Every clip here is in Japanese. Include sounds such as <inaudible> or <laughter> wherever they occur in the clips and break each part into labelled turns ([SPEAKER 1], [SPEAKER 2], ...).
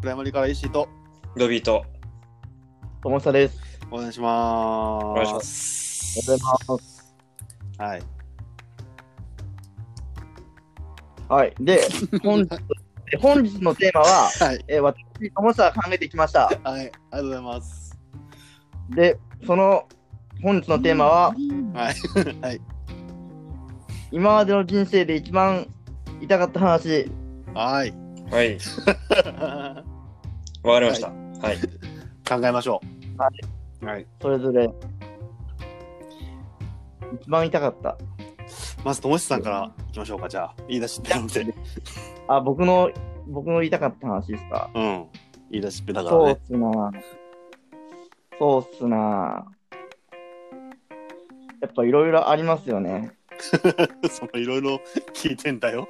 [SPEAKER 1] プライマリから石井と
[SPEAKER 2] ロビーと。
[SPEAKER 3] ともさです。
[SPEAKER 1] お願いします。。
[SPEAKER 2] お願いします
[SPEAKER 3] おはようございます。
[SPEAKER 1] はい。
[SPEAKER 3] はい。
[SPEAKER 1] <laughs>
[SPEAKER 3] で、本日で本日のテーマは、
[SPEAKER 1] はい。
[SPEAKER 3] えー私、ともさが考えてきました。
[SPEAKER 1] はい。ありがとうございます。
[SPEAKER 3] で、その本日のテーマは、
[SPEAKER 1] はい。はい。
[SPEAKER 3] 今までの人生で一番痛かった話。
[SPEAKER 1] はい。 <laughs>
[SPEAKER 2] はい。わかりました。はい。
[SPEAKER 1] 考えましょう。。
[SPEAKER 3] はい
[SPEAKER 1] はい。
[SPEAKER 3] それぞれ。一番痛かった。
[SPEAKER 1] まず、ともしさんからいきましょうか、じゃあ。言い出しっぺなので。
[SPEAKER 3] あ、僕の、僕の痛かった話ですか。
[SPEAKER 1] うん。言い出しっぺだから
[SPEAKER 3] そう
[SPEAKER 1] ね
[SPEAKER 3] っ。すな。そうっすな。やっぱいろいろありますよね。
[SPEAKER 1] <laughs> そのいろいろ聞いてんだよ。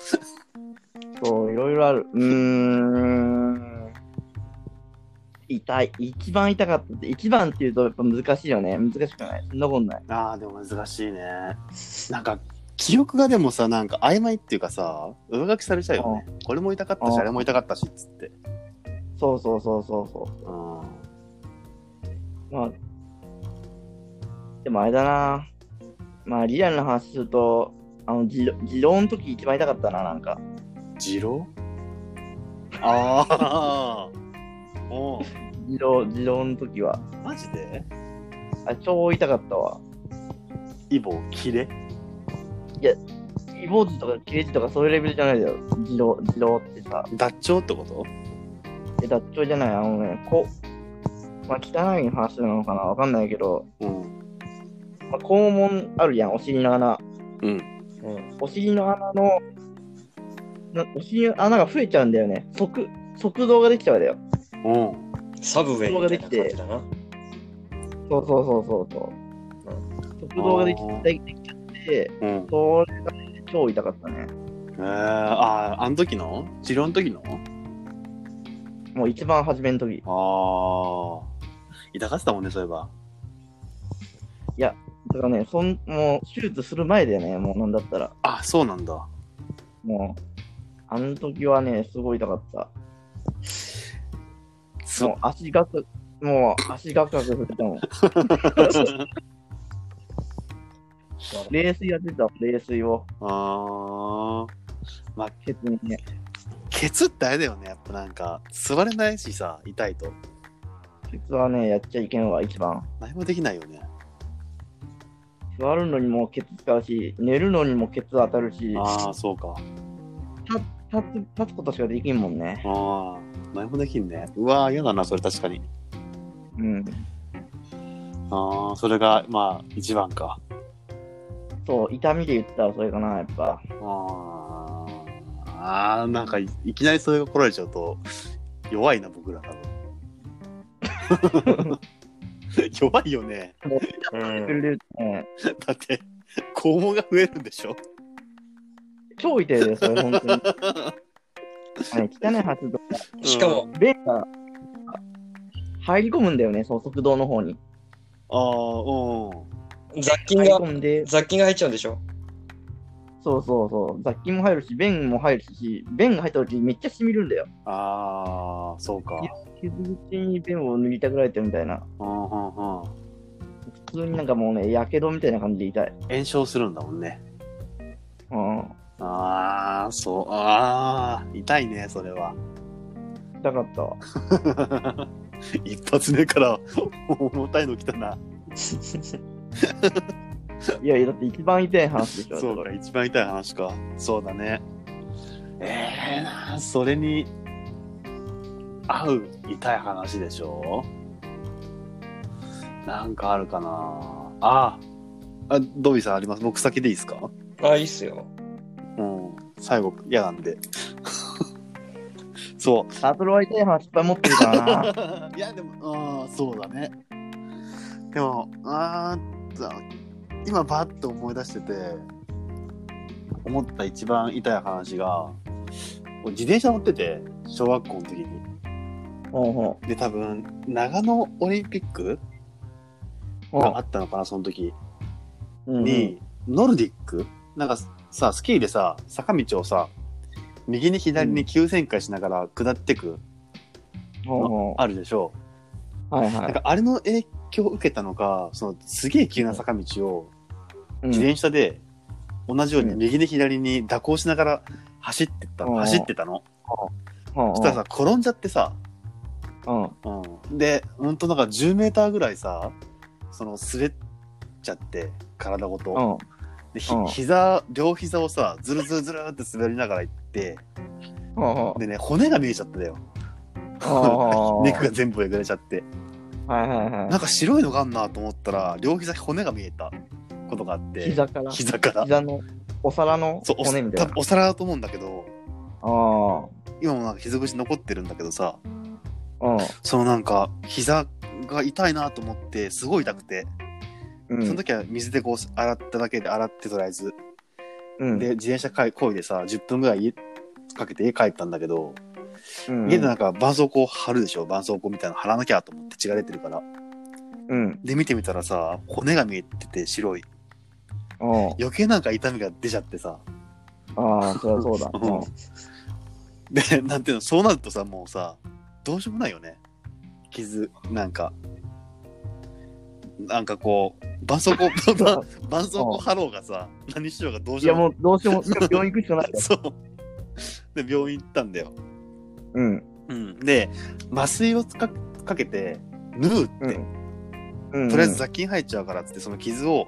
[SPEAKER 3] そう、いろいろある。うーん。痛い。一番痛かったって、一番っていうとやっぱ難しいよね。難しくない。そんなことない。
[SPEAKER 1] ああ、でも難しいね。なんか、記憶がでもさ、なんか曖昧っていうかさ、上書きされちゃうよね。これも痛かったし、
[SPEAKER 3] あー
[SPEAKER 1] あれも痛かったし、つって。
[SPEAKER 3] そうそうそうそうそ
[SPEAKER 1] うん。
[SPEAKER 3] う。まあ、でもあれだな。まあ、リアルな話すると、あの、自動自動の時一番痛かったな、なんか。
[SPEAKER 1] 二郎ああ。 <laughs> おう
[SPEAKER 3] 自動、自動の時は。
[SPEAKER 1] マジで
[SPEAKER 3] あ、超痛かったわ。
[SPEAKER 1] イボ、キレ
[SPEAKER 3] イボジとかケージとかそういうレベルじゃないだよ。自動、自動ってさ。
[SPEAKER 1] 脱腸ってこと
[SPEAKER 3] え、脱腸じゃない、あのね、こまあ、汚い話なのかなわかんないけど、
[SPEAKER 1] うん。
[SPEAKER 3] まあ、肛門あるやん、お尻の穴。
[SPEAKER 1] うん。
[SPEAKER 3] お尻の穴の、なお尻の穴が増えちゃうんだよね。側、側道ができちゃうんだよ。
[SPEAKER 1] うん。
[SPEAKER 2] サブウェイみたいな感じだな。
[SPEAKER 3] そうそうそうそうそう。側道ができ
[SPEAKER 1] あー
[SPEAKER 3] できちゃって、
[SPEAKER 1] うん。え
[SPEAKER 3] それが、ね、超痛かったね。
[SPEAKER 1] ー、ああ、あの時の治療の時の
[SPEAKER 3] もう一番初めの時。い
[SPEAKER 1] ああ。痛かってたもんね、そういえば。
[SPEAKER 3] や、だからね、そん、もう手術する前だよね、もうなんだったら。
[SPEAKER 1] あ、そうなんだ。
[SPEAKER 3] もう、あの時はね、すごい痛かった。
[SPEAKER 1] そ
[SPEAKER 3] もう足がく、もう足がくがく振ってたもん。冷水が出てたもん、冷水を。
[SPEAKER 1] ああ。
[SPEAKER 3] ケツにね。
[SPEAKER 1] ケツってあれだよね、やっぱなんか、座れないしさ、痛いと。
[SPEAKER 3] ケツはね、やっちゃいけんわ、一番。
[SPEAKER 1] 何もできないよね。
[SPEAKER 3] 座るのにもケツ使うし、寝るのにもケツ当たるし、
[SPEAKER 1] ああ、そうか。
[SPEAKER 3] 立つ立つことしかできんもんね。
[SPEAKER 1] ああ、何もできんね。うわー、嫌だな、それ確かに。
[SPEAKER 3] うん。
[SPEAKER 1] ああ、それが、まあ、一番か。
[SPEAKER 3] そう、痛みで言ったらそれかな、やっぱ。
[SPEAKER 1] あーあー、なんかい、いきなりそれが来られちゃうと、弱いな、僕ら、多分。 <laughs> 弱いよね。
[SPEAKER 2] うん。
[SPEAKER 3] ね
[SPEAKER 1] だって、肛門が増えるんでしょ
[SPEAKER 3] 超痛いで、それ、本当に。あのね汚い発動。
[SPEAKER 2] しかも、
[SPEAKER 3] 便が入り込むんだよね、その側道の方に。
[SPEAKER 1] ああ、うん。
[SPEAKER 2] 雑菌
[SPEAKER 3] 入り
[SPEAKER 2] が、
[SPEAKER 3] 込んで、
[SPEAKER 2] 雑菌が入っちゃうんで
[SPEAKER 1] <laughs>
[SPEAKER 2] しょ
[SPEAKER 3] そうそうそう、雑菌も入るし、便も入るし、便が入った時めっちゃ染みるんだよ。
[SPEAKER 1] ああ、そうか。
[SPEAKER 3] 傷口に便を塗りたくられてるみたいな。
[SPEAKER 1] うんうんうん。
[SPEAKER 3] 普通になんかもうね、やけどみたいな感じで痛い。
[SPEAKER 1] 炎症するんだもんね。
[SPEAKER 3] うん。
[SPEAKER 1] ああ、そう、ああ、痛いね、それは。 <laughs>
[SPEAKER 3] 痛かったわ。
[SPEAKER 1] 一発目から重たいの来たな。
[SPEAKER 3] いやいや、だって一番痛い話でしょ。
[SPEAKER 1] そうか、一番痛い話か。そうだね。ええな、それに合う痛い話でしょなんかあるかなああ、ドビーさんあります僕先でいいですか
[SPEAKER 2] あ、いいっすよ。
[SPEAKER 1] うん。最後、嫌なんで。 <laughs> そう。
[SPEAKER 3] タートルは痛い話いっぱい持ってるから
[SPEAKER 1] <laughs>
[SPEAKER 3] な。
[SPEAKER 1] いやでもあーそうだねでもあーっと今バッと思い出してて思った一番痛い話が俺自転車乗ってて小学校の時に
[SPEAKER 3] ほうほ
[SPEAKER 1] で多分長野オリンピック
[SPEAKER 3] う。ほ
[SPEAKER 1] があったのかなその時
[SPEAKER 3] う。うんうん
[SPEAKER 1] に、ノルディックなんかさスキーでさ坂道をさ右に左に急旋回しながら下ってく
[SPEAKER 3] ほうほ
[SPEAKER 1] あるでしょ
[SPEAKER 3] う。はい
[SPEAKER 1] なん
[SPEAKER 3] は
[SPEAKER 1] かあれの影響を受けたのかそのすげえ急な坂道を
[SPEAKER 3] い。
[SPEAKER 1] 自転車で同じように
[SPEAKER 3] うん
[SPEAKER 1] 右で左に蛇行しながら走ってった
[SPEAKER 3] う
[SPEAKER 1] の
[SPEAKER 3] ん
[SPEAKER 1] 走ってたの
[SPEAKER 3] う
[SPEAKER 1] そ
[SPEAKER 3] ん
[SPEAKER 1] したらさ転んじゃってさ、
[SPEAKER 3] うん。
[SPEAKER 1] うん、でほんとなんか1 0ーぐらいさその滑っちゃって体ごと、
[SPEAKER 3] うん。
[SPEAKER 1] でひ
[SPEAKER 3] うん
[SPEAKER 1] 膝両膝をさずるずるずるって滑りながら行って
[SPEAKER 3] うん。
[SPEAKER 1] でね骨が見えちゃったんだよ
[SPEAKER 3] あー
[SPEAKER 1] <laughs> 肉が全部えぐれちゃって
[SPEAKER 3] はいはいはい。
[SPEAKER 1] なんか白いのがあんなと思ったら両膝骨が見えたことがあって
[SPEAKER 3] 膝から。
[SPEAKER 1] 膝から
[SPEAKER 3] 膝の、お皿の
[SPEAKER 1] そうお
[SPEAKER 3] 骨みた
[SPEAKER 1] 多
[SPEAKER 3] い
[SPEAKER 1] 分
[SPEAKER 3] な。
[SPEAKER 1] お皿だと思うんだけど
[SPEAKER 3] ああ。
[SPEAKER 1] 今もなんか傷口残ってるんだけどさ
[SPEAKER 3] うん。
[SPEAKER 1] そのなんか膝が痛いなと思ってすごい痛くて、
[SPEAKER 3] うん
[SPEAKER 1] その時は水でこう洗っただけで洗ってとりあえず、
[SPEAKER 3] うん
[SPEAKER 1] で自転車かいこいでさ10分ぐらい家かけて家帰ったんだけど、
[SPEAKER 3] うん
[SPEAKER 1] 家でなんか絆創膏貼るでしょ絆創膏みたいなの貼らなきゃと思って血が出てるから
[SPEAKER 3] うん。
[SPEAKER 1] で見てみたらさ骨が見えてて白い
[SPEAKER 3] うん
[SPEAKER 1] 余計なんか痛みが出ちゃってさ
[SPEAKER 3] ああ、そりゃそうだ。うん
[SPEAKER 1] でなんていうのそうなるとさもうさどうしようもないよね傷なんかなんかこう絆創膏絆絆創膏貼ろうがさ何しようがどう
[SPEAKER 3] い
[SPEAKER 1] し
[SPEAKER 3] や
[SPEAKER 1] ようも
[SPEAKER 3] もうどうしても病院行くしかないよ。
[SPEAKER 1] そうで病院行ったんだよ、
[SPEAKER 3] うん。
[SPEAKER 1] <laughs> うん、で麻酔をつかかけて縫うって、
[SPEAKER 3] うん。
[SPEAKER 1] とりあえず雑菌入っちゃうからっつってその傷を、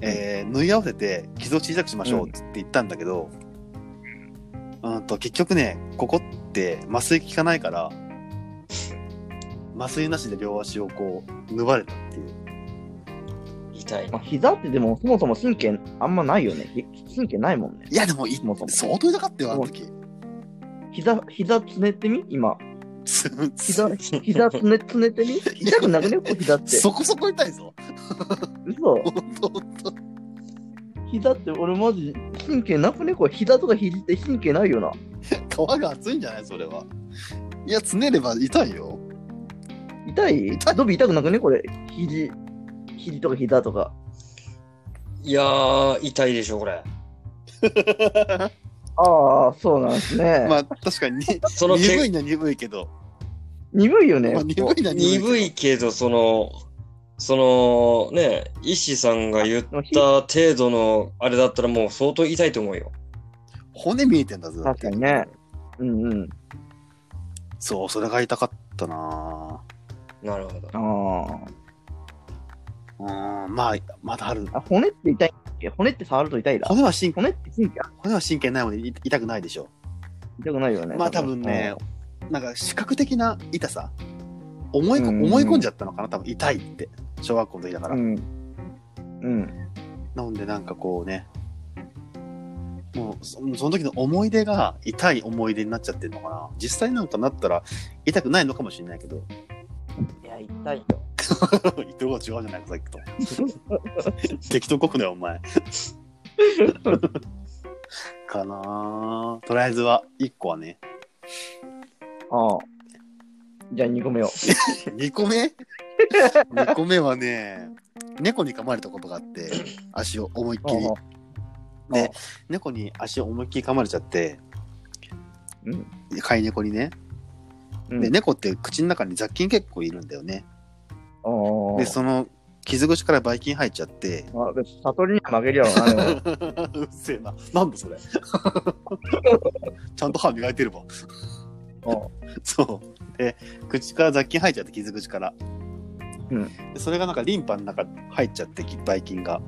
[SPEAKER 1] えー縫い合わせて傷を小さくしましょうっつって言ったんだけど、うん、と結局ねここって麻酔効かないから麻酔なしで両足をこう縫われたっていう
[SPEAKER 2] 痛い
[SPEAKER 3] まあ、。膝ってでもそもそも神経あんまないよね。神経ないもんね。
[SPEAKER 1] いやでもい
[SPEAKER 3] そもそも
[SPEAKER 1] 相当痛かったよあの時
[SPEAKER 3] 膝、膝つねってみ今。
[SPEAKER 1] つ
[SPEAKER 3] 膝、
[SPEAKER 1] <laughs>
[SPEAKER 3] 膝つね、つねってみ痛くなくねこう膝って。
[SPEAKER 1] そこそこ痛いぞ
[SPEAKER 3] 嘘。
[SPEAKER 1] 本当本当
[SPEAKER 3] 膝って俺マジ神経なくねこれ膝とか肘って神経ないよな。
[SPEAKER 1] 皮が厚いんじゃないそれはいやつねれば痛いよ
[SPEAKER 3] 痛いドビ痛くなくねこれ。肘、肘とか膝とか。
[SPEAKER 2] いやー、痛いでしょ、これ。
[SPEAKER 3] ああ、そうなんですね。
[SPEAKER 1] まあ確かにに
[SPEAKER 2] その
[SPEAKER 1] 鈍
[SPEAKER 2] け
[SPEAKER 1] いのは鈍いけど、
[SPEAKER 3] 鈍いよね。
[SPEAKER 1] まあ、鈍いのは鈍いけど
[SPEAKER 2] 鈍いけど、その、そのね、医師さんが言っ
[SPEAKER 3] でもひ
[SPEAKER 2] た程度のあれだったらもう相当痛いと思うよ。
[SPEAKER 1] 骨見えてんだぞだって
[SPEAKER 3] 確かにね。うんうん。
[SPEAKER 1] そう、それが痛かったな
[SPEAKER 2] なるほど。
[SPEAKER 3] ああ。
[SPEAKER 1] ぁうーん、まあ、まだある。
[SPEAKER 3] あ、骨って痛いんだっけ骨って触ると痛いだ。
[SPEAKER 1] 骨は神
[SPEAKER 3] 骨って神経
[SPEAKER 1] 骨は神経ないのでい痛くないでしょ。
[SPEAKER 3] 痛くないよね。
[SPEAKER 1] まあ多分ね、なんか視覚的な痛さ。思いこ
[SPEAKER 3] うん
[SPEAKER 1] 思い込んじゃったのかな、多分痛いって。小学校の時だか
[SPEAKER 3] う
[SPEAKER 1] ら。
[SPEAKER 3] ん。うん。
[SPEAKER 1] なので、なんかこうね、もうそその時の思い出が痛い思い出になっちゃってるのかな。実際なんかなったら痛くないのかもしれないけど、
[SPEAKER 3] いや、痛いよ。
[SPEAKER 1] 糸が違うじゃないか、さっきと。 <laughs> 適当こくね、お
[SPEAKER 3] <laughs>
[SPEAKER 1] 前。かなぁとりあえずは、1個はね。
[SPEAKER 3] ああ。じゃあ2個目を。
[SPEAKER 1] 2個
[SPEAKER 3] <laughs>
[SPEAKER 1] 目 ?2 個目はね、猫に噛まれたことがあって、足を思いっきり。ね猫に足を思いっきり噛まれちゃって、
[SPEAKER 3] うん
[SPEAKER 1] 飼い猫にね。
[SPEAKER 3] うん、
[SPEAKER 1] で、猫って口の中に雑菌結構いるんだよね。
[SPEAKER 3] ああ。
[SPEAKER 1] で、その、傷口からばい菌入っちゃって、
[SPEAKER 3] まあ、悟りには負けるやろな、
[SPEAKER 1] <laughs>
[SPEAKER 3] でも
[SPEAKER 1] うっせえな。なんだそれ。ちゃんと歯磨いてれば。 <laughs> そう。で、口から雑菌入っちゃって、傷口から。
[SPEAKER 3] うん
[SPEAKER 1] でそれがなんかリンパの中入っちゃって、ばい菌が。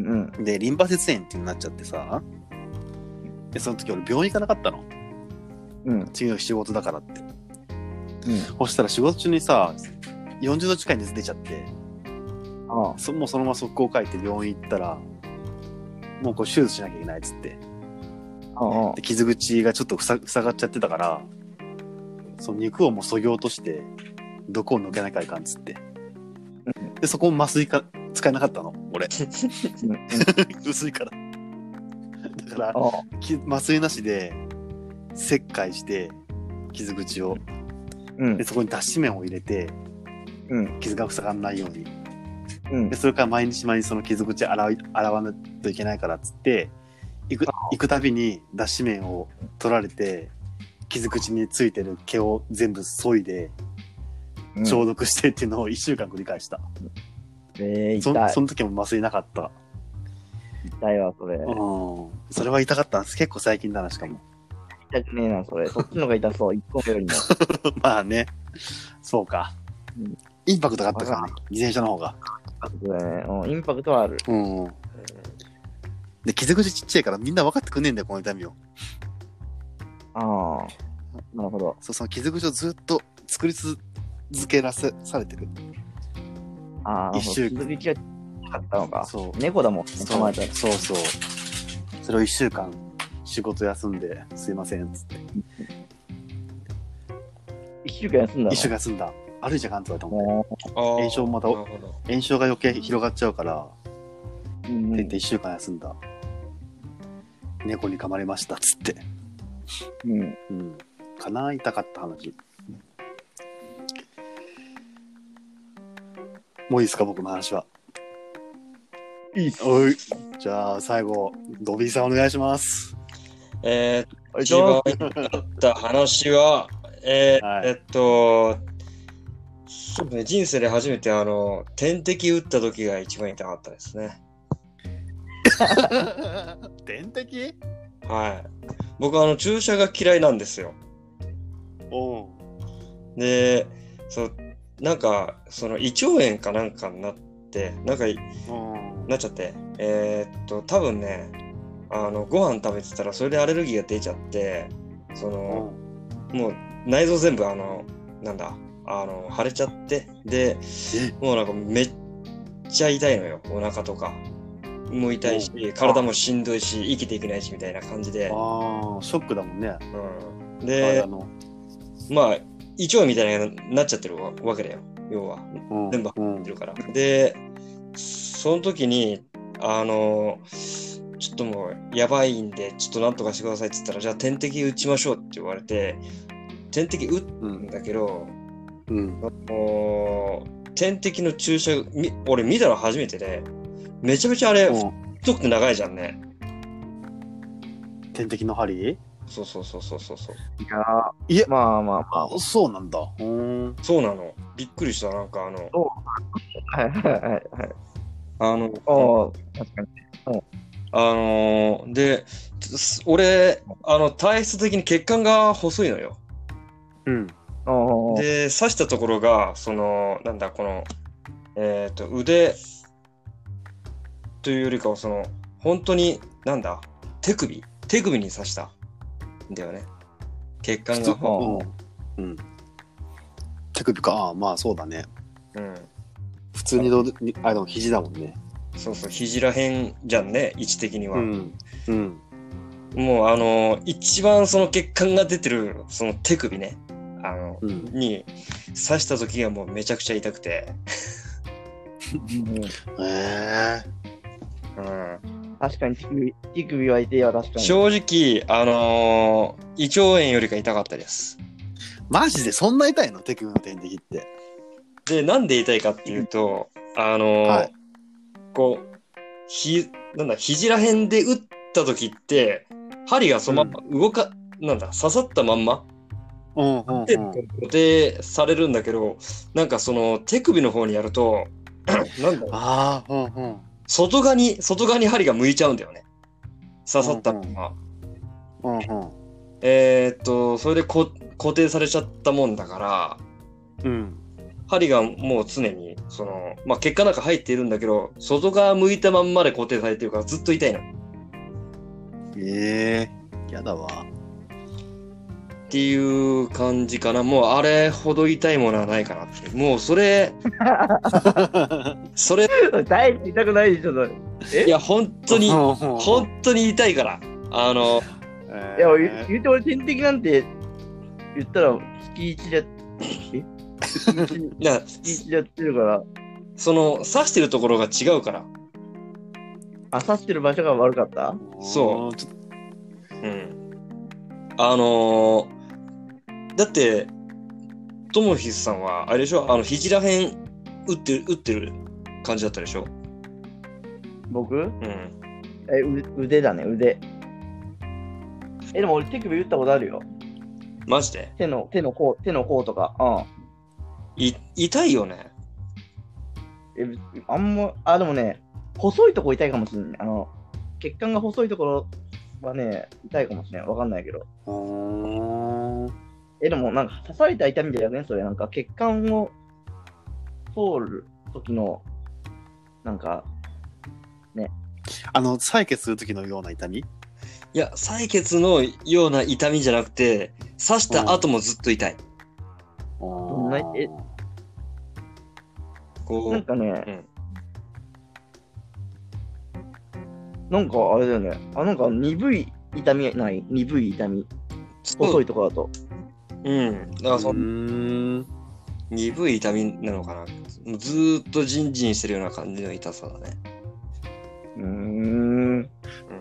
[SPEAKER 3] うん。
[SPEAKER 1] で、リンパ節炎ってなっちゃってさ。で、その時俺病院行かなかったの。
[SPEAKER 3] うん。
[SPEAKER 1] 次の日仕事だからって。そしたら仕事中にさ、40度近い熱出ちゃって、
[SPEAKER 3] うん。ああ。
[SPEAKER 1] そもうそのまま速攻帰って病院行ったら、もうこう手術しなきゃいけないっつって。
[SPEAKER 3] ああ
[SPEAKER 1] で。傷口がちょっと塞塞がっちゃってたからその肉をもうそぎ落として毒を抜けなきゃいかんっつってでそこも麻酔か使えなかったの俺 <laughs>
[SPEAKER 3] うんうん
[SPEAKER 1] 薄いからだから
[SPEAKER 3] ああ。
[SPEAKER 1] き麻酔なしで切開して傷口を
[SPEAKER 3] うん
[SPEAKER 1] で。そこに脱脂綿を入れて
[SPEAKER 3] うん。
[SPEAKER 1] 傷が塞がんないように
[SPEAKER 3] うん
[SPEAKER 1] で。それから毎日毎日その傷口洗い洗わないといけないからっつって行く行くたびに脱脂綿を取られて傷口についてる毛を全部削いで
[SPEAKER 3] うん
[SPEAKER 1] 消毒してっていうのを1週間繰り返した、
[SPEAKER 3] えー、
[SPEAKER 1] そ
[SPEAKER 3] 痛い
[SPEAKER 1] そ。の時も麻酔なかった、
[SPEAKER 3] 痛いわ、それ。
[SPEAKER 1] うんそれは痛かったんです結構最近だなしかも <laughs>
[SPEAKER 3] 痛くねえな、それ。そっちの方が痛そう、1個目よりも。
[SPEAKER 1] まあねそうか、
[SPEAKER 3] うん
[SPEAKER 1] インパクトがあったからね自転車の方が
[SPEAKER 3] そうだね。うんインパクトはある。
[SPEAKER 1] うんで傷口ちっちゃいからみんな分かってくんねえんだよこの痛みを
[SPEAKER 3] ああ。なるほど。
[SPEAKER 1] そうその傷口をずっと作り続けらせされてる
[SPEAKER 3] ああ、
[SPEAKER 1] 一週間
[SPEAKER 3] 傷口が痛かったのか。
[SPEAKER 1] そう
[SPEAKER 3] 猫だもん、ね、
[SPEAKER 1] そ
[SPEAKER 3] 捕ま
[SPEAKER 1] う
[SPEAKER 3] えたら。
[SPEAKER 1] そうそうそれを1週間仕事休んですいませんっつって
[SPEAKER 3] 1週間休んだの
[SPEAKER 1] 1週間休んだ歩いちゃかんとだと思う
[SPEAKER 3] も
[SPEAKER 2] 炎
[SPEAKER 1] <laughs> 炎症また
[SPEAKER 2] なるほど。
[SPEAKER 1] 炎症が余計広がっちゃうから
[SPEAKER 3] う、うん
[SPEAKER 1] って言って1週間休んだ猫に噛まれましたっつって
[SPEAKER 3] うん、
[SPEAKER 1] うんかな痛かった話もういいですか僕の話はい
[SPEAKER 3] いっす。
[SPEAKER 1] おいじゃあ最後ドビーさんお願いします
[SPEAKER 2] え
[SPEAKER 3] お
[SPEAKER 2] ー、
[SPEAKER 3] い
[SPEAKER 2] 一番言った話は、えー
[SPEAKER 1] はい
[SPEAKER 2] えっと、そうですね人生で初めてあの点滴打った時が一番痛かったですね。
[SPEAKER 1] <laughs> 点滴
[SPEAKER 2] はい。僕あの注射が嫌いなんですよ。
[SPEAKER 1] おう
[SPEAKER 2] で、そうなんかその胃腸炎かなんかになって、なんかい
[SPEAKER 1] うん
[SPEAKER 2] なっちゃって、えーっと多分ね、あのご飯食べてたらそれでアレルギーが出ちゃって、その。もう内臓全部あのなんだあの腫れちゃってで
[SPEAKER 1] え
[SPEAKER 2] もうなんかめっちゃ痛いのよお腹とかも痛いし体もしんどいし生きていけないしみたいな感じで、
[SPEAKER 1] ああショックだもんね
[SPEAKER 2] うん、
[SPEAKER 1] 体
[SPEAKER 2] で
[SPEAKER 1] の
[SPEAKER 2] まあ胃腸みたいなのになっちゃってるわわけだよ要は
[SPEAKER 1] うん
[SPEAKER 2] 全部
[SPEAKER 1] うん
[SPEAKER 2] ってるから。で、その時に、あの、ちょっともうやばいんで、ちょっとなんとかしてくださいって言ったら、じゃあ点滴打ちましょうって言われて、点滴打った
[SPEAKER 1] うんん
[SPEAKER 2] だけど、
[SPEAKER 1] うん
[SPEAKER 2] もう、点滴の注射、み俺見たの初めてで、めちゃめちゃあれ、太くて長いじゃんね。
[SPEAKER 1] 点滴の針
[SPEAKER 2] そうそうそうそうそうそう。
[SPEAKER 3] いやー
[SPEAKER 1] いえ
[SPEAKER 3] まあまあま
[SPEAKER 1] そうなんだうん
[SPEAKER 2] そうなの。びっくりした、なんかあの、
[SPEAKER 3] あ。はいはいはいはい。
[SPEAKER 2] あの、
[SPEAKER 3] おお、確かに。
[SPEAKER 2] あのーで、つ俺、あの、体質的に血管が細いのよ。
[SPEAKER 1] うん
[SPEAKER 3] おお。はい
[SPEAKER 2] で、刺したところが、その、なんだ、この、えっ、と、腕というよりかは、その、本当に、なんだ、手首手首に刺したんだよね。血管が。
[SPEAKER 3] う
[SPEAKER 1] うんうん手首かああまあそうだね
[SPEAKER 2] うん。
[SPEAKER 1] 普通にどうにあでも肘だもんね
[SPEAKER 2] そうそう、肘らへんじゃんね、位置的には。
[SPEAKER 1] んうん
[SPEAKER 2] もう、あのー一番その血管が出てる、その手首ね、あの、
[SPEAKER 1] うん
[SPEAKER 2] に刺した時がもうめちゃくちゃ痛くて。
[SPEAKER 1] ええ
[SPEAKER 2] うん。
[SPEAKER 3] 確かに乳首、乳首は痛いわ、確かに。
[SPEAKER 2] 正直、あのー胃腸炎よりか痛かったです。
[SPEAKER 1] マジでそんな痛いの手首の点滴って
[SPEAKER 2] で、なんで痛いかっていうと、あのー
[SPEAKER 1] はい
[SPEAKER 2] こう、ひ、なんだ、肘ら辺で打った時って、針がそのまま動か、なんだ、刺さったまんま、
[SPEAKER 1] うんうん
[SPEAKER 2] で固定されるんだけど、なんかその手首の方にやると、 <clears throat> なんだろう
[SPEAKER 1] ああうんうん
[SPEAKER 2] 外側に、外側に針が向いちゃうんだよね。刺さったまんま。
[SPEAKER 1] うんうん
[SPEAKER 2] えーっと、それでこ固定されちゃったもんだから、
[SPEAKER 1] うん
[SPEAKER 2] 針がもう常に、その、まあ、結果なんか入っているんだけど、外側向いたまんまで固定されてるからずっと痛いの。っ
[SPEAKER 1] ええやだわ
[SPEAKER 2] ていう感じかな。もうあれほど痛いものはないかなって。もうそれ、それ、
[SPEAKER 3] 大事痛くないでしょ、それ。
[SPEAKER 2] いや、本当に、
[SPEAKER 1] 本
[SPEAKER 2] 本当に痛いから。あの、
[SPEAKER 3] いや、俺言うて俺点滴なんて言ったら月1でやっ、え月
[SPEAKER 2] いや、
[SPEAKER 3] 1でやってるから、
[SPEAKER 2] その、刺してるところが違うから。
[SPEAKER 3] あさってる場所が悪かった
[SPEAKER 2] そう
[SPEAKER 1] ちょっ
[SPEAKER 2] うん。あのーだって、ともひさんは、あれでしょあの、肘らへん、打ってる、打ってる感じだったでしょ
[SPEAKER 3] 僕
[SPEAKER 2] うん。
[SPEAKER 3] えう腕だね、腕。え、でも俺手首打ったことあるよ。
[SPEAKER 2] マジで
[SPEAKER 3] 手の、手の甲、手の甲とか。う
[SPEAKER 2] い痛いよね。
[SPEAKER 3] ん。えぶあんま、あ、でもね、細いとこ痛いかもしれない。あの、血管が細いところはね、痛いかもしれない。わかんないけど。
[SPEAKER 1] うーん。
[SPEAKER 3] え、でもなんか刺された痛みだよね、それ。なんか血管を通る時の、なんか、
[SPEAKER 1] あの、採血する時のような痛み
[SPEAKER 2] いや、採血のような痛みじゃなくて、刺した後もずっと痛い。
[SPEAKER 1] ど
[SPEAKER 3] んなえ
[SPEAKER 2] こ
[SPEAKER 3] なん
[SPEAKER 2] う、
[SPEAKER 3] かね、なんかあれだよね。あ、なんか鈍い痛みない鈍い痛み。細いところだと。
[SPEAKER 2] うん。だからその
[SPEAKER 1] ん。
[SPEAKER 2] 鈍い痛みなのかな。もうずーっとジンジンしてるような感じの痛さだね。
[SPEAKER 3] うーん。
[SPEAKER 2] うん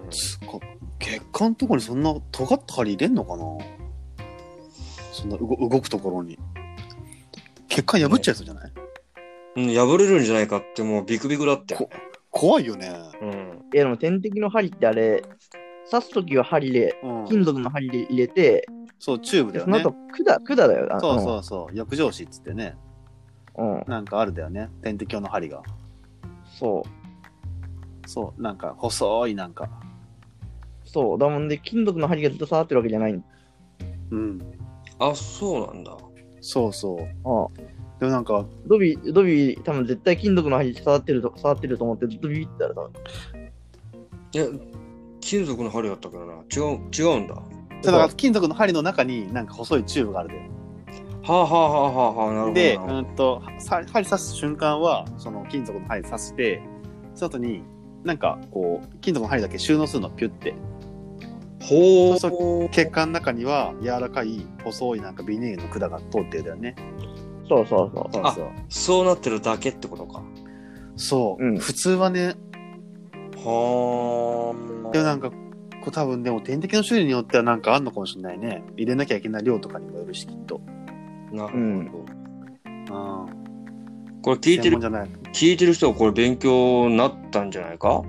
[SPEAKER 1] すごい血管のとこにそんな尖った針入れんのかなそんな動動くところに血管破っちゃいそうじゃない、
[SPEAKER 2] うん、破れるんじゃないかってもうビクビクだって。
[SPEAKER 1] こ怖いよね
[SPEAKER 2] うん。
[SPEAKER 3] え、でも点滴の針ってあれ、刺す時は針で、
[SPEAKER 1] うん
[SPEAKER 3] 金属の針で入れて、
[SPEAKER 1] そうチューブ
[SPEAKER 3] で
[SPEAKER 1] だよ
[SPEAKER 3] その
[SPEAKER 1] ね
[SPEAKER 3] 後、管、管だよな。
[SPEAKER 1] そうそうそう薬状師っつってね
[SPEAKER 3] うん。うん。
[SPEAKER 1] なんかあるだよね点滴用の針が
[SPEAKER 3] そう。
[SPEAKER 1] そうなんか細いなんか
[SPEAKER 3] そう。だもんで、金属の針がずっと触ってるわけじゃないんだ。
[SPEAKER 1] うん
[SPEAKER 2] あ、そうなんだ。
[SPEAKER 1] そうそう
[SPEAKER 3] うん。
[SPEAKER 1] でもなんか
[SPEAKER 3] ドビー、ドビー、多分絶対金属の針触ってると、触ってると思って、ずっとビビってたら、多分
[SPEAKER 2] いや、金属の針だったけどな。違う、違うんだ。は
[SPEAKER 1] だから金属の針の中になんか細いチューブがあるだよ
[SPEAKER 2] あ、はあはあはあはあ、なるほど。
[SPEAKER 1] で、
[SPEAKER 2] なるほど
[SPEAKER 1] うんと、さ針刺す瞬間は、その金属の針刺して、その後に、なんかこう、金属の針だけ収納するの、ピュって。
[SPEAKER 2] ほう。
[SPEAKER 1] そう血管の中には、柔らかい、細いなんかビニールの管が通ってるだよね。
[SPEAKER 3] そうそうそう。
[SPEAKER 1] そうそう。
[SPEAKER 2] そうなってるだけってことか。
[SPEAKER 1] そう、
[SPEAKER 3] うん
[SPEAKER 1] 普通はね、
[SPEAKER 2] は
[SPEAKER 1] でもなんか、こう多分でも点滴の種類によってはなんかあんのかもしれないね。入れなきゃいけない量とかにもよるし、きっと。
[SPEAKER 2] あ。なるほど。
[SPEAKER 1] うん。
[SPEAKER 2] これ聞いて
[SPEAKER 1] 専
[SPEAKER 2] る
[SPEAKER 1] 門じ、ゃ <laughs> ない。
[SPEAKER 2] 聞いてる人はこれ勉強になったんじゃな
[SPEAKER 1] <laughs>
[SPEAKER 2] いか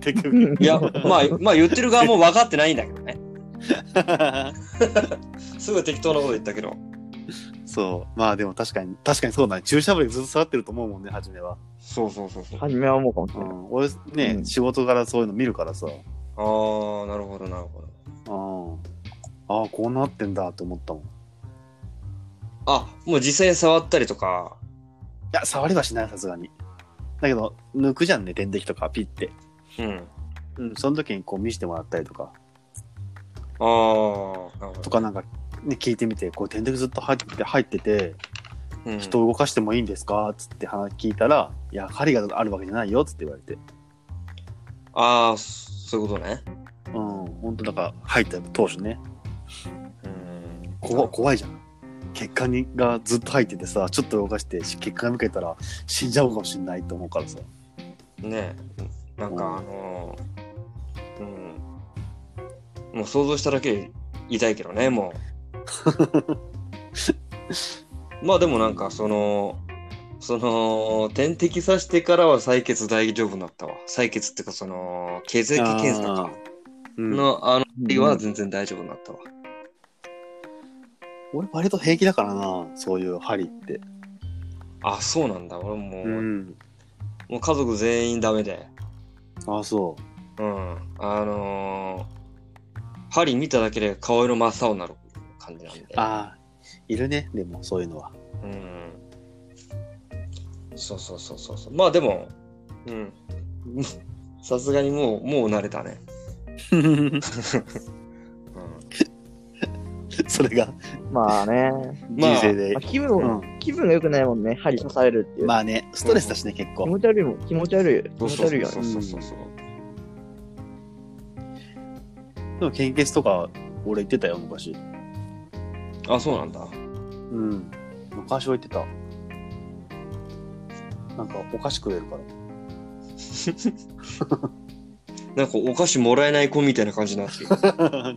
[SPEAKER 1] 手首。
[SPEAKER 2] いや、まあ、まあ言ってる側も分かってないんだけどね。すぐ適当なこと言ったけど。
[SPEAKER 1] そう。まあでも確かに、確かにそうだね。注射針ずっと触ってると思うもんね、初めは。
[SPEAKER 2] そうそうそうそう。あ
[SPEAKER 3] 初めは思うかもしれ
[SPEAKER 1] う
[SPEAKER 3] ない。
[SPEAKER 1] ん、俺ね、
[SPEAKER 3] うん
[SPEAKER 1] 仕事からそういうの見るからさ、うん、
[SPEAKER 2] あー、なるほど、なるほど。
[SPEAKER 1] ああこうなってんだと思ったもんい
[SPEAKER 2] あ、もう実際に触ったりとか。
[SPEAKER 1] や触りはしないさすがにだけど抜くじゃんね点滴とかピッて、
[SPEAKER 2] うん。
[SPEAKER 1] うん、その時にこう見せてもらったりとか
[SPEAKER 2] あー、なるほ
[SPEAKER 1] と
[SPEAKER 2] ど。
[SPEAKER 1] かなんか、ね、聞いてみてこう点滴ずっと入ってて入ってて
[SPEAKER 2] うん
[SPEAKER 1] 人を動かしてもいいんですかつって話聞いたら「いや針があるわけじゃないよ」つって言われて
[SPEAKER 2] あー、そういうことね。
[SPEAKER 1] うん本当だから入った当初ね
[SPEAKER 2] うん。
[SPEAKER 1] 怖怖いじゃん血管にがずっと入っててさちょっと動かしてし血管抜けたら死んじゃうかもしれないと思うからさ
[SPEAKER 2] ねえなん
[SPEAKER 1] うん
[SPEAKER 2] かあのーうんもう想像しただけで痛いけどねも
[SPEAKER 1] <laughs>
[SPEAKER 2] うまあでもなんかそのその点滴さしてからは採血大丈夫になったわ採血っていうかその血液検査
[SPEAKER 1] あ
[SPEAKER 2] か
[SPEAKER 1] ーうん
[SPEAKER 2] のあの時は全然大丈夫になったわ、
[SPEAKER 1] 俺割と平気だからなそういう針って
[SPEAKER 2] あそうなんだ俺もう,、
[SPEAKER 1] ん
[SPEAKER 2] もう家族全員ダメで
[SPEAKER 1] ああそ
[SPEAKER 2] うんあのー針見ただけで顔色真っ青になる感じなんで
[SPEAKER 1] うああいるねでもそういうの <laughs> は
[SPEAKER 2] うんそうそうそうそうそう。まあでも、うん。 <laughs> さすがにもう、もう慣れたね。うん、
[SPEAKER 1] それが
[SPEAKER 3] まあね。
[SPEAKER 2] まあ
[SPEAKER 1] 人生で、
[SPEAKER 3] まあ気分を、
[SPEAKER 1] う
[SPEAKER 3] 気分が良くないもんね、針刺されるってい
[SPEAKER 1] ん、
[SPEAKER 3] う。
[SPEAKER 1] まあねストレスだしね結
[SPEAKER 3] 気
[SPEAKER 1] 構
[SPEAKER 3] 持ち悪いもん、気持ち悪い。気持ち
[SPEAKER 2] そう
[SPEAKER 3] 悪いよ
[SPEAKER 2] そ
[SPEAKER 3] ね。
[SPEAKER 2] うそうそうそう。
[SPEAKER 1] でも献血とか俺言ってたよ昔
[SPEAKER 2] あ、そうなんだ。
[SPEAKER 1] うん昔は言ってたなんかお菓子くれるから
[SPEAKER 2] なんかお菓子もらえない子みたいな感じになってる。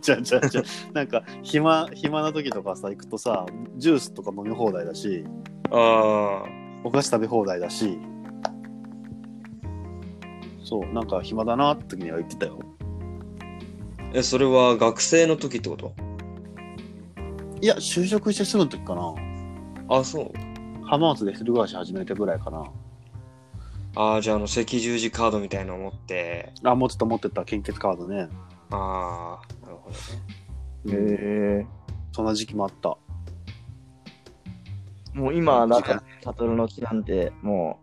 [SPEAKER 1] <laughs> じゃあじゃあじゃあなんか暇暇な時とかさ行くとさジュースとか飲み放題だし
[SPEAKER 2] あ
[SPEAKER 1] お菓子食べ放題だしそうなんか暇だなって時には言ってたよ
[SPEAKER 2] あ。え、それは学生の時ってこと
[SPEAKER 1] いや、就職してすぐの時かな。
[SPEAKER 2] あ、そう。
[SPEAKER 1] 浜松で一人暮らし始めてぐらいかな。
[SPEAKER 2] ああ、じゃあ、あの、赤十字カードみたいのを持って、
[SPEAKER 1] あ、もうちょっと持ってた献血カードね。
[SPEAKER 2] ああ、なるほどね。
[SPEAKER 3] へえ。
[SPEAKER 1] そんな時期もあった。 <laughs>
[SPEAKER 3] もう今、だから、サトルの木なんて、も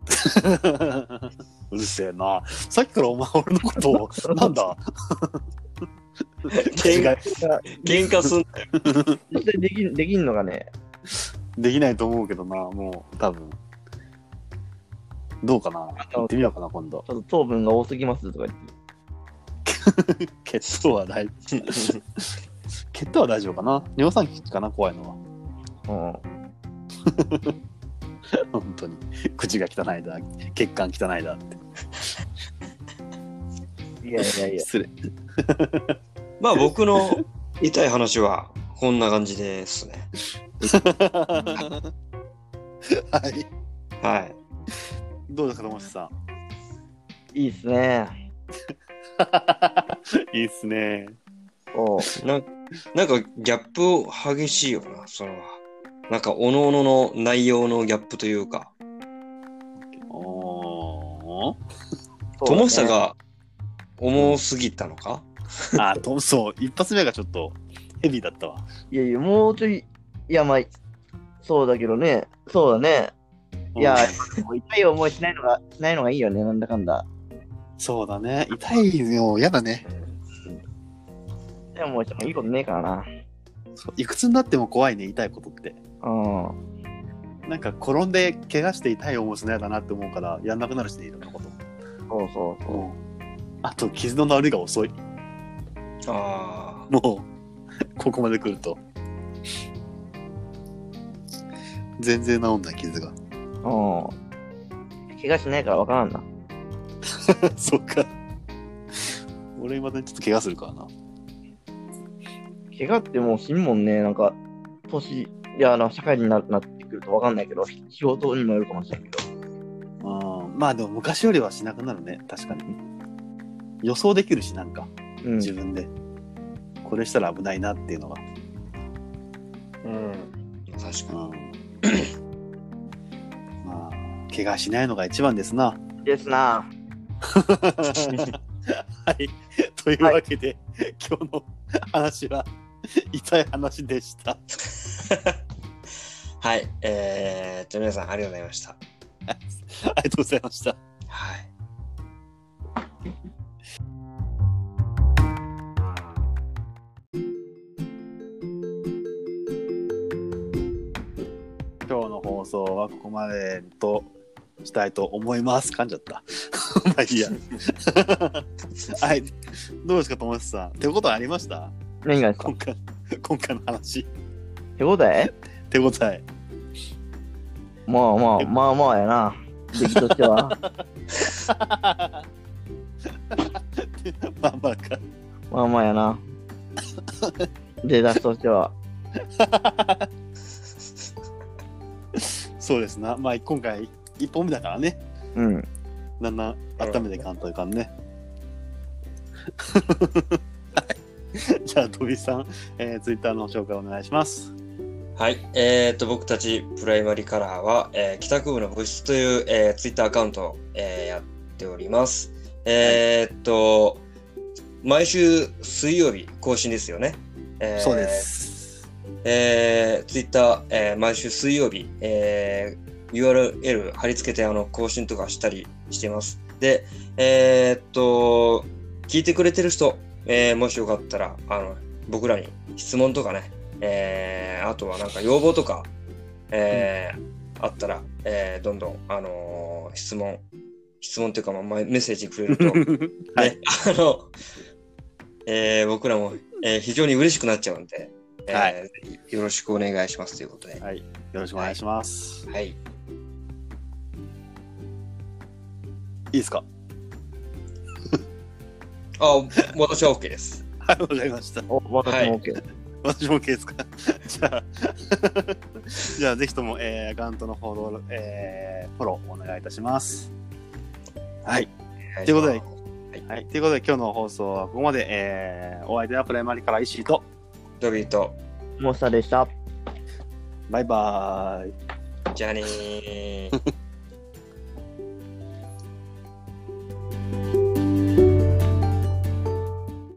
[SPEAKER 1] うるせえな。さっきからお前俺のことを、なんだ
[SPEAKER 2] <laughs> 喧嘩、
[SPEAKER 3] う、実
[SPEAKER 2] 喧嘩すん
[SPEAKER 3] 際できんできんのがね、
[SPEAKER 1] できないと思うけどな、もう、多分。どうかな行ってみようかな、今度。
[SPEAKER 3] ちょっと糖分が多すぎますとか言って。
[SPEAKER 1] 血糖は大、血糖は大丈夫かな尿酸値かな、怖いのは。
[SPEAKER 3] うん。
[SPEAKER 1] 本当に。 <laughs> 口が汚いだ、血管汚いだって。
[SPEAKER 3] いやいやいや。
[SPEAKER 1] 失礼。 <laughs>
[SPEAKER 2] まあ、僕の痛い話は、こんな感じですね。
[SPEAKER 1] はい。
[SPEAKER 2] はい。
[SPEAKER 1] どうですか、友しさん。 <laughs>
[SPEAKER 3] いいっすね。
[SPEAKER 1] いいっすね。
[SPEAKER 3] おう。
[SPEAKER 2] ななんかギャップを激しいよな、そのなんかおのおのの内容のギャップというか、
[SPEAKER 1] おー。
[SPEAKER 2] ともしさ
[SPEAKER 3] そうだね。
[SPEAKER 2] が重すぎたのか、
[SPEAKER 1] あ、と、そう、一発目がちょっとヘビーだったわ。
[SPEAKER 3] いやいや、もうちょい、いや、まあ、そうだけどね。そうだね。いや、もう痛い思いしないのが、しないのがいいよね、なんだかんだ。
[SPEAKER 1] そうだね。痛いよ、嫌だね。
[SPEAKER 3] でももうしてもいいことねえからな。
[SPEAKER 1] そういくつになっても怖いね、痛いことって。
[SPEAKER 3] うん。
[SPEAKER 1] なんか転んで怪我して痛い思いするの嫌だなって思うから、やんなくなるしね、いろんなこと。
[SPEAKER 3] そうそうそう。
[SPEAKER 1] あと、傷の治りが遅い。
[SPEAKER 2] あ
[SPEAKER 1] もう、 <laughs> ここまで来ると。全然治んない、傷が。 <laughs>
[SPEAKER 3] うん。怪我しないからわからんな。
[SPEAKER 1] そっか。俺、今ね、ちょっと怪我するからな。
[SPEAKER 3] 怪我ってもうしんもんね、なんか、年、いや、あの、社会にななってくるとわかんないけど、仕事にもよるかもしれんけど。
[SPEAKER 1] うん。まあ、でも昔よりはしなくなるね、確かに。予想できるし、なんか。
[SPEAKER 3] うん。
[SPEAKER 1] 自分で、これしたら危ないなっていうのが、
[SPEAKER 2] あ、うん、確
[SPEAKER 1] <laughs>
[SPEAKER 2] かに。
[SPEAKER 1] まあ怪我しないのが一番ですな
[SPEAKER 3] ですな。
[SPEAKER 1] はいというわけで、今日の話は痛い話でした
[SPEAKER 2] はい、えー、っと皆さんありがとうございました。
[SPEAKER 1] ありがとうございました
[SPEAKER 2] はい
[SPEAKER 1] 今日の放送はここまでとしたいと思います噛んじゃった <laughs> まあいいや <laughs> はいどうですか友達さん手応えありました
[SPEAKER 3] 何がですか
[SPEAKER 1] 今回今回の話
[SPEAKER 3] 手応え
[SPEAKER 1] 手応え
[SPEAKER 3] まあまあ、まあまあやな。出来とし
[SPEAKER 1] <laughs>
[SPEAKER 3] ては。
[SPEAKER 1] まあまあか。
[SPEAKER 3] まあまあ
[SPEAKER 1] <laughs>
[SPEAKER 3] やな。出だしとしては。
[SPEAKER 1] そうですな。まあ今回一本目だからね。
[SPEAKER 3] うん。
[SPEAKER 1] だんだん温めていかんといかんね。はい <laughs> じゃあ、とびさん、えー、ツイッターの紹介お願いします。
[SPEAKER 2] はい、えー、と僕たちプライマリカラーは、えー帰宅部の部室という、えツイッター Twitter アカウントを、えーやっております。えー、っと、毎週水曜日更新ですよね。えー。
[SPEAKER 1] す。
[SPEAKER 2] えー、Twitter、えー毎週水曜日、えー URL 貼り付けてあの更新とかしたりしてます。で、えーっと、聞いてくれてる人、えーもしよかったら、あの、僕らに質問とかね、えーあとはなんか要望とか、えーあったら、えーどんどん、あのー質問、質問っていうか、まあ、まあメッセージくれると、
[SPEAKER 1] は
[SPEAKER 2] ね、あの、えー僕らも、えー非常に嬉しくなっちゃうんで、えー
[SPEAKER 1] はい
[SPEAKER 2] ぜひよろしくお願いしますということで。
[SPEAKER 1] はい。よろしくお願いします。
[SPEAKER 2] はい。
[SPEAKER 1] いいですか
[SPEAKER 2] あ、私は OK です。
[SPEAKER 1] はい、わかりました。
[SPEAKER 3] お、私も OK。
[SPEAKER 1] 私も OK ですかじゃあ、 <laughs> じゃあ、ぜひとも、えー、アカウントのフォロー、えー、フォローお願いいたします。はい。 <laughs> ということではい。ということで、今日の放送はここまで、えー、お相手はプライマリから石井と、
[SPEAKER 2] ドビーと
[SPEAKER 3] モーサでした。
[SPEAKER 1] バイバーイ。
[SPEAKER 2] じゃあねー。